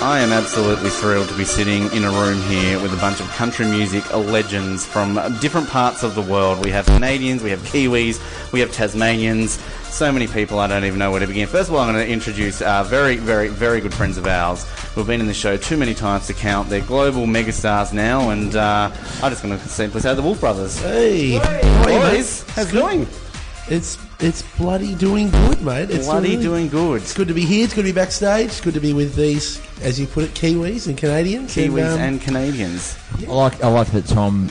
I am absolutely thrilled to be sitting in a room here with a bunch of country music legends from different parts of the world. We have Canadians, we have Kiwis, we have Tasmanians. So many people, I don't even know where to begin. First of all, I'm going to introduce uh, very, very, very good friends of ours who've been in the show too many times to count. They're global megastars now, and uh, I'm just going to simply say the Wolf Brothers. Hey, Boys, how's it going? it's it's bloody doing good, mate. It's Bloody really- doing good. It's good to be here. It's good to be backstage. It's good to be with these, as you put it, Kiwis and Canadians. Kiwis um, and Canadians. I like I like that Tom.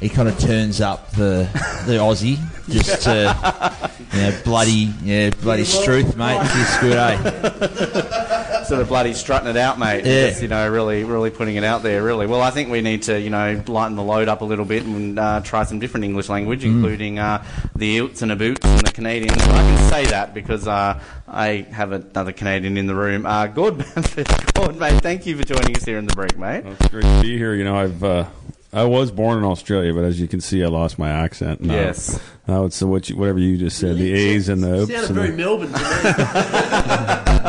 He kind of turns up the the Aussie just to you know, bloody yeah bloody struth, mate. It's good, eh? sort of bloody strutting it out, mate. Yeah. Just, you know, really, really putting it out there, really. Well, I think we need to, you know, lighten the load up a little bit and uh, try some different English language, including uh, the Utes and the Boots and the Canadians. I can say that because uh, I have another Canadian in the room. Uh, Gord Bamford, Gord, mate, thank you for joining us here in the break, mate. Well, It's great to be here. You know, I've uh, I was born in Australia, but as you can see, I lost my accent. Now, Yes. Now it's uh, what you, whatever you just said, the A's and the oops. Sounded and very the- Melbourne to me.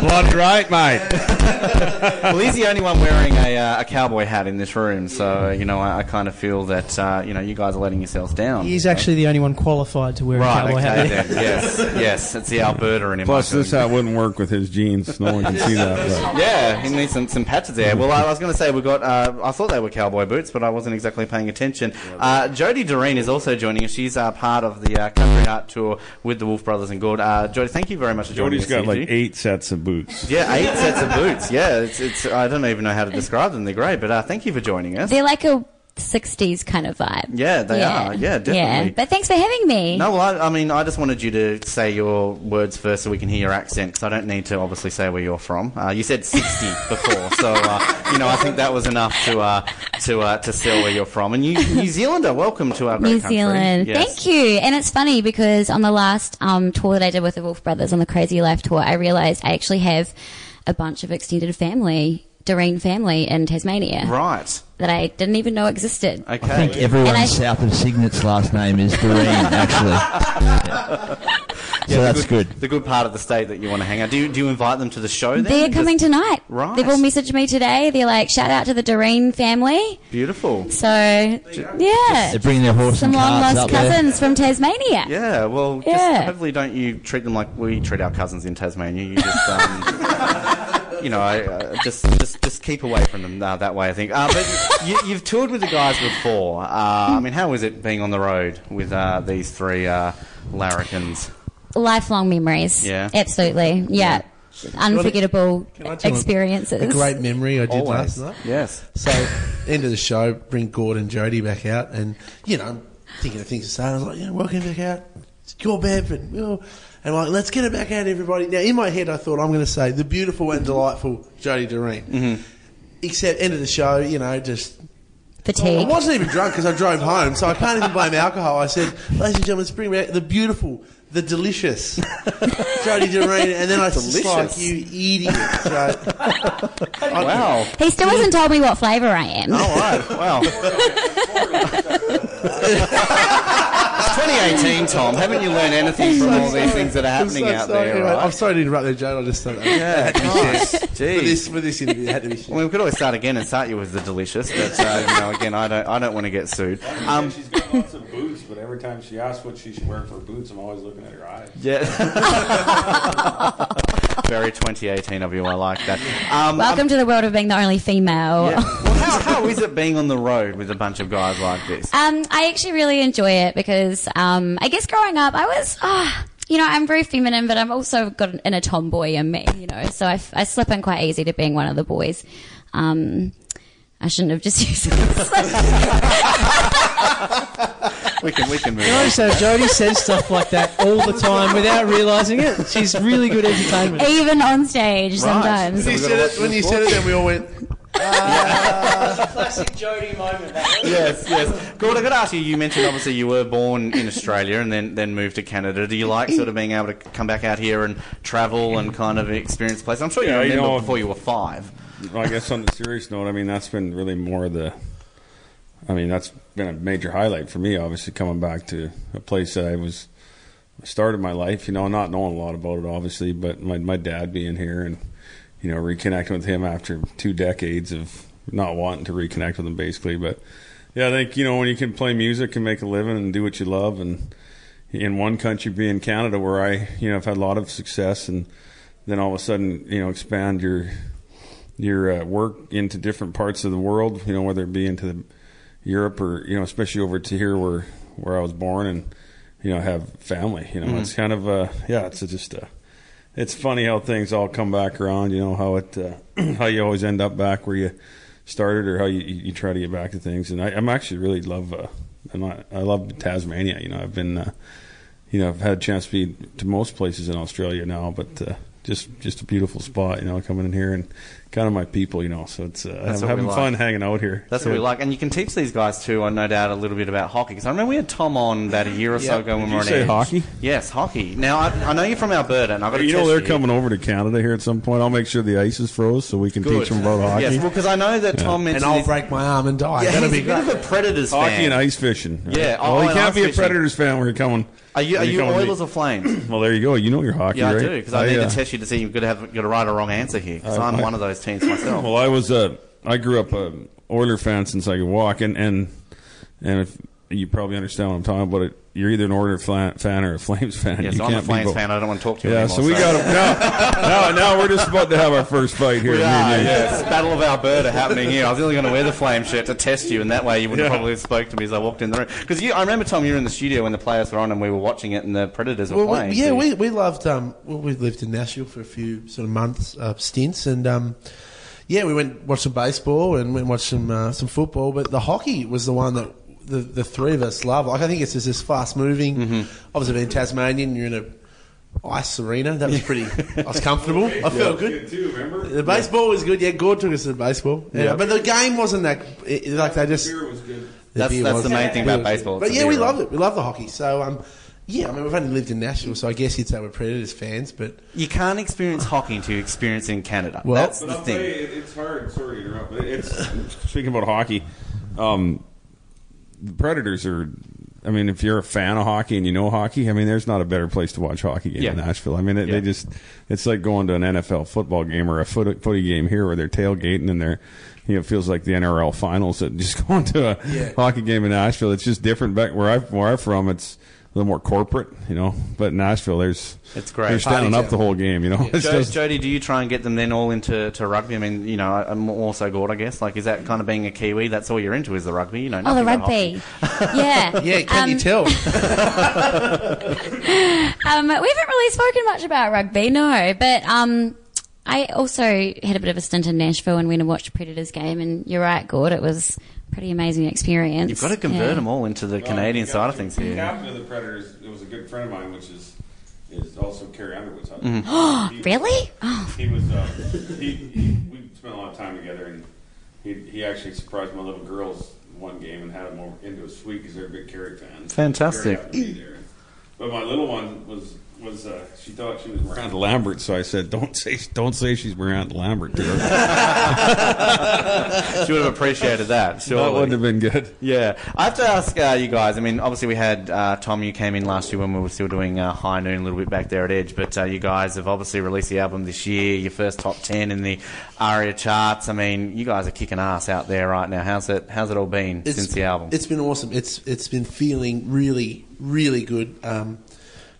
Bloody right, mate. well, he's the only one wearing a, uh, a cowboy hat in this room, so, you know, I, I kind of feel that, uh, you know, you guys are letting yourselves down. He's actually the only one qualified to wear a Right, cowboy okay, hat. then. yes, yes, it's the Alberta in him. Plus, I feel this hat wouldn't work with his jeans. No one can see that. Yeah, he needs some, some patches there. Well, I was going to say we got. Uh, I thought they were cowboy boots, but I wasn't exactly paying attention. Uh, Jody Doreen is also joining us. She's uh, part of the uh, Country Art Tour with the Wolf Brothers and Gould. Uh, Jody, thank you very much for But joining Jody's us. got like Gigi. eight sets of boots. Yeah, eight sets of boots. Yeah, it's, it's. I don't even know how to describe them. They're great, but uh, thank you for joining us. They're like a 60s kind of vibe. Yeah, they are. Yeah, definitely. But thanks for having me. No, well, I, I mean, I just wanted you to say your words first so we can hear your accent, because I don't need to obviously say where you're from. Uh, you said 60 before, so, uh, you know, I think that was enough to uh, to uh, to sell where you're from. And you, New Zealander, welcome to our great New country. Zealand. Yes. Thank you. And it's funny because on the last um, tour that I did with the Wolf Brothers on the Crazy Life tour, I realized I actually have a bunch of extended family, Doreen family in Tasmania Right. that I didn't even know existed. Okay. I think everyone And I- south of Signet's last name is Doreen, actually. So that's good. The good part of the state that you want to hang out. Do you, do you invite them to the show then? They're Just- coming tonight. Right. They've all messaged me today. They're like, shout out to the Doreen family. Beautiful. So, yeah. They're bringing their horse Some and long carts lost up there. cousins from Tasmania. Yeah, well, just Yeah. hopefully don't you treat them like we treat our cousins in Tasmania. You just, um, you know, I, uh, just just just keep away from them uh, that way. I think. Uh, but you, you've toured with the guys before. Uh, I mean, how was it being on the road with uh, these three uh, larrikins? lifelong memories. Yeah. Absolutely. Yeah. Unforgettable I tell a- experiences. A great memory I did Always. last night. Yes. So, end of the show, bring Gord and Jody back out, and you know, I'm thinking of things to say. I was like, yeah, welcome back out. It's your Bamford. Will. And I'm like, let's get it back out, everybody. Now, in my head, I thought I'm going to say the beautiful and delightful Jody Doreen. Except end of the show, you know, just I Fatigue. wasn't even drunk because I drove home, so I can't even blame alcohol. I said, ladies and gentlemen, let's bring back the beautiful, the delicious Jody Doreen, and then I delicious. Delicious. like you idiot. So, Oh, Wow. He still hasn't told me what flavour I am. All right. Wow. 2018, Tom. Haven't you learned anything from all these things that are I'm happening so out sorry. there? Anyway, I'm Right? sorry to interrupt there, Jane. I just thought that Yeah. Nice. for Jeez. this for this interview it had to be. Well, we could always start again and start you with the delicious, but uh, you know, again, I don't, I don't want to get sued. Um, she's got lots of boots, but every time she asks what she should wear for boots, I'm always looking at her eyes. yeah. Very 2018 of you. I like that. Um, Welcome to the world of being the only female. yeah. Well, how, how is it being on the road with a bunch of guys like this? Um, I actually really enjoy it because um, I guess growing up, I was, ah, you know, I'm very feminine, but I've also got an inner tomboy in me, you know, so I, f- I slip in quite easy to being one of the boys. Um, I shouldn't have just used We can, we can move No, on. so Jodie says stuff like that all the time without realising it. She's really good entertainment. even on stage sometimes. When you said it, when you said it, then we all went. Classic Jodie moment. Yes, yes. Gord, I got to ask you. You mentioned obviously you were born in Australia and then then moved to Canada. Do you like sort of being able to come back out here and travel and kind of experience places? I'm sure you Yeah, you remember know- before you were five. Well, I guess on the serious note, I mean that's been really more the. I mean that's been a major highlight for me. Obviously, coming back to a place that I was started my life, you know, not knowing a lot about it, obviously, but my my dad being here and you know, reconnecting with him after two decades of not wanting to reconnect with him, basically. But yeah, I think you know when you can play music and make a living and do what you love, and in one country being Canada, where I you know have had a lot of success, and then all of a sudden you know expand your your uh, work into different parts of the world, you know, whether it be into the, Europe or you know, especially over to here where where I was born and you know have family. You know, it's kind of uh, yeah, it's just uh, it's funny how things all come back around. You know how it uh, how you always end up back where you started or how you, you you try to get back to things. And I, I'm actually really love uh, I'm not, I love Tasmania. You know, I've been. Uh, you know, I've had a chance to be to most places in Australia now, but uh, just just a beautiful spot. You know, coming in here and kind of my people. You know, so it's uh, I'm That's what we having like. fun hhanging out here. That's Yeah. what we like, and you can teach these guys too, uh, no doubt, a little bit about hockey. Because I remember we had Tom on about a year or so ago when we you were on say air. hockey? Yes, hockey. Now I, I know you're from Alberta, and I've got to You know test they're coming over to Canada here at some point. I'll make sure the ice is froze so we can Good. teach them about hockey. Yes, well, because I know that Tom And mentioned I'll he's- break my arm and die. Yeah, That'll he's be a bit great. of a Predators fan. hockey and ice fishing. right? Yeah, oh, well, you and can't ice be a fishing. Predators fan when you're coming. Are you are when you you're coming to Oilers or Flames? me. Well, there you go. You know your hockey, Yeah, right? I do. Because I, need uh, to test you to see you've got to have got a right or wrong answer here. Because I- I'm I- one of those teams myself. Well, I was a. I grew up a Oiler fan since I could walk, and and and if you probably understand what I'm talking about, it, you're either an Oiler fan, fan or a Flames fan. yes, you I'm a can't be Flames both. fan. I don't want to talk to you Yeah, anymore. so we got him now, now. Now we're just about to have our first fight here. We me and are, you. yes. Battle of Alberta happening here. I was only going to wear the flame shirt to test you, and that way you would have Yeah. probably have spoke to me as I walked in the room. Because I remember, Tom, you were in the studio when the playoffs were on and we were watching it and the Predators were Well, playing. we, yeah, so- we, we loved. Um, well, we lived in Nashville for a few sort of months uh, stints, and um, yeah, we went watched some baseball and went watched some uh, some football. But the hockey was the one that the, the three of us love. Like I think it's just this fast moving. Obviously, being Tasmanian, you're in a ice arena. That was pretty. I was comfortable. I felt good. The baseball was good. Yeah, Gord took us to the baseball. Yeah, but the game wasn't that. It, like they just. The That's- beer that's was- the main thing beer about was- baseball, But it's the yeah, we beer, right? love it. We love the hockey. So um, yeah, I mean we've only lived in Nashville, so I guess you'd say we're Predators fans. But You can't experience hockey until you experience it in Canada. Well- That's the thing. it's hard. Sorry to interrupt. But it's speaking about hockey. Um, the Predators are. I mean, if you're a fan of hockey and you know hockey, I mean, there's not a better place to watch hockey game in Yeah. Nashville. I mean, they, Yeah. they just it's like going to an NFL football game or a foot, footy game here where they're tailgating and they're. You know, it feels like the NRL finals. That just going to a Yeah. hockey game in Nashville, it's just different. Back where I where I'm from, it's a little more corporate, you know. But in Nashville, there's It's great. They're standing Party up the town. whole game, you know. It's Jo- just- Jody, do you try and get them then all into to rugby? I mean, you know, I'm also Gord, I guess. Like, is that kind of being a Kiwi? That's all you're into is the rugby, you know? Oh, the nothing about rugby. Yeah. yeah, can you Um, tell? Um, we haven't really spoken much about rugby, no. But um, I also had a bit of a stint in Nashville and went and watched a Predators game. And you're right, Gord, it was a pretty amazing experience. You've got to convert Yeah. them all into the Canadian side of things The here. captain of the Predators it was a good friend of mine, which is is also Carrie Underwood's husband. Mm-hmm. He- Really? Oh, He was. Uh, he, he, we spent a lot of time together, and he, he actually surprised my little girls one game and had them over into his suite because they're big Carrie fans. Fantastic. Carrie happened to be there. But my little one was was uh, she thought she was Miranda Lambert, so I said, "Don't say don't say she's Miranda Lambert." To her. She would have appreciated that. that surely. wouldn't have been good. Yeah, I have to ask uh, you guys. I mean, obviously we had uh, Tom. You came in last year when we were still doing uh, High Noon a little bit back there at Edge, but uh, you guys have obviously released the album this year. Your first top ten in the ARIA charts. I mean, you guys are kicking ass out there right now. How's it? How's it all been since the album? It's been awesome. It's it's been feeling really really good. Um,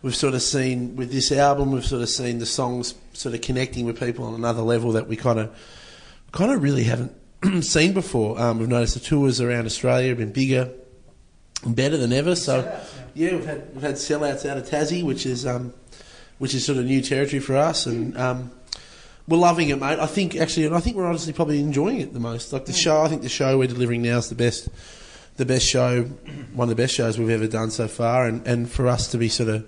we've sort of seen with this album, we've sort of seen the songs sort of connecting with people on another level that we kind of kind of really haven't seen before. Um, we've noticed the tours around Australia have been bigger and better than ever. So yeah, we've had we've had sellouts out of Tassie, which is um, which is sort of new territory for us and. Um, we're loving it, mate. I think actually, and I think we're honestly probably enjoying it the most. Like the show, I think the show we're delivering now is the best the best show, one of the best shows we've ever done so far, and, and for us to be sort of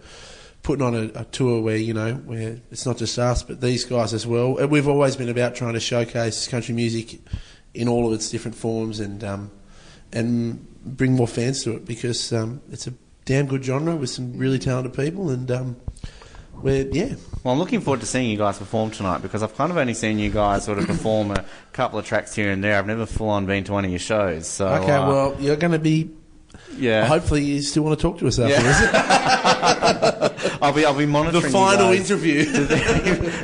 putting on a, a tour where you know where it's not just us but these guys as well. And we've always been about trying to showcase country music in all of its different forms and um, and bring more fans to it because um, it's a damn good genre with some really talented people and um, we're yeah Well, I'm looking forward to seeing you guys perform tonight because I've kind of only seen you guys sort of perform a couple of tracks here and there. I've never full on been to one of your shows. So okay. uh, well, you're going to be. yeah. Hopefully, you still want to talk to us after Yeah. this. I'll be I'll be monitoring The you final guys interview.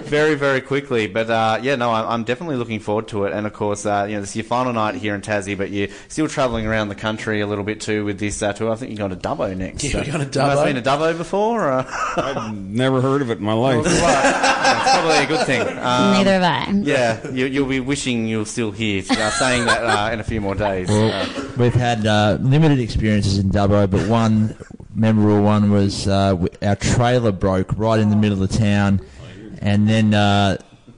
very very quickly. But uh, yeah, no, I'm, I'm definitely looking forward to it. And of course, uh, you know, this is your final night here in Tassie, but you're still travelling around the country a little bit too with this uh, tour. I think you're going to Dubbo next. Yeah, so. we're going to You guys Dubbo. been to Dubbo before? Or? uh, I've never heard of it in my life. That's probably a good thing. Um, Neither have I. Yeah, you, you'll be wishing you're still here, uh, saying that uh, in a few more days. Uh, We've had uh, limited experiences in Dubbo, but one memorable one was uh, w- our trailer broke right in the middle of town, and then uh,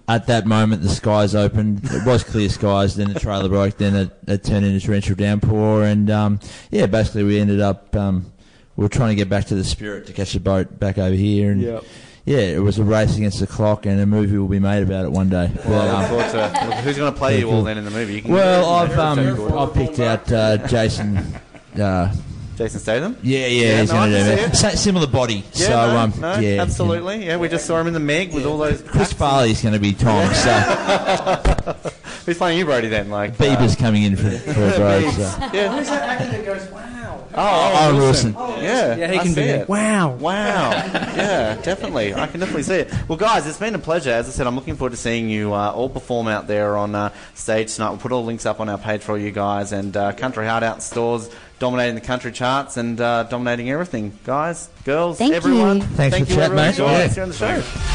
at that moment the skies opened. It was clear skies. Then the trailer broke. Then it, it turned into torrential downpour, and um, yeah, basically we ended up um, we were trying to get back to the Spirit to catch the boat back over here, and Yep. yeah, it was a race against the clock, and a movie will be made about it one day. But, well, um, look Uh, forward to it. Look, who's going to play you all then in the movie? You can- well, I've Very um, good. I've picked out uh, Jason. Uh, Jason Statham. yeah, yeah, Yeah, he's no, going I to can do see it. it. Sa- similar body. Yeah, so, no, um, no, yeah, absolutely. Yeah, we just saw him in the Meg with all those. yeah. Chris Farley's going to be Tom, so Who's playing you, Brody? Then, like uh, Bieber's coming in for, for a bro. So. Yeah. Who's that actor that goes, wow? Oh, oh, Oh, Wilson. yeah. Yeah, he I can see be it. it. Wow. Wow. Yeah, definitely. I can definitely see it. Well, guys, it's been a pleasure. As I said, I'm looking forward to seeing you uh, all perform out there on uh, stage tonight. We'll put all the links up on our page for all you guys. And uh, Country Hard Out stores dominating the country charts and uh, dominating everything. Guys, girls, Thank everyone. you. Thanks Thank for you, chatting, everyone. mate. Joining us Yeah. here on the show.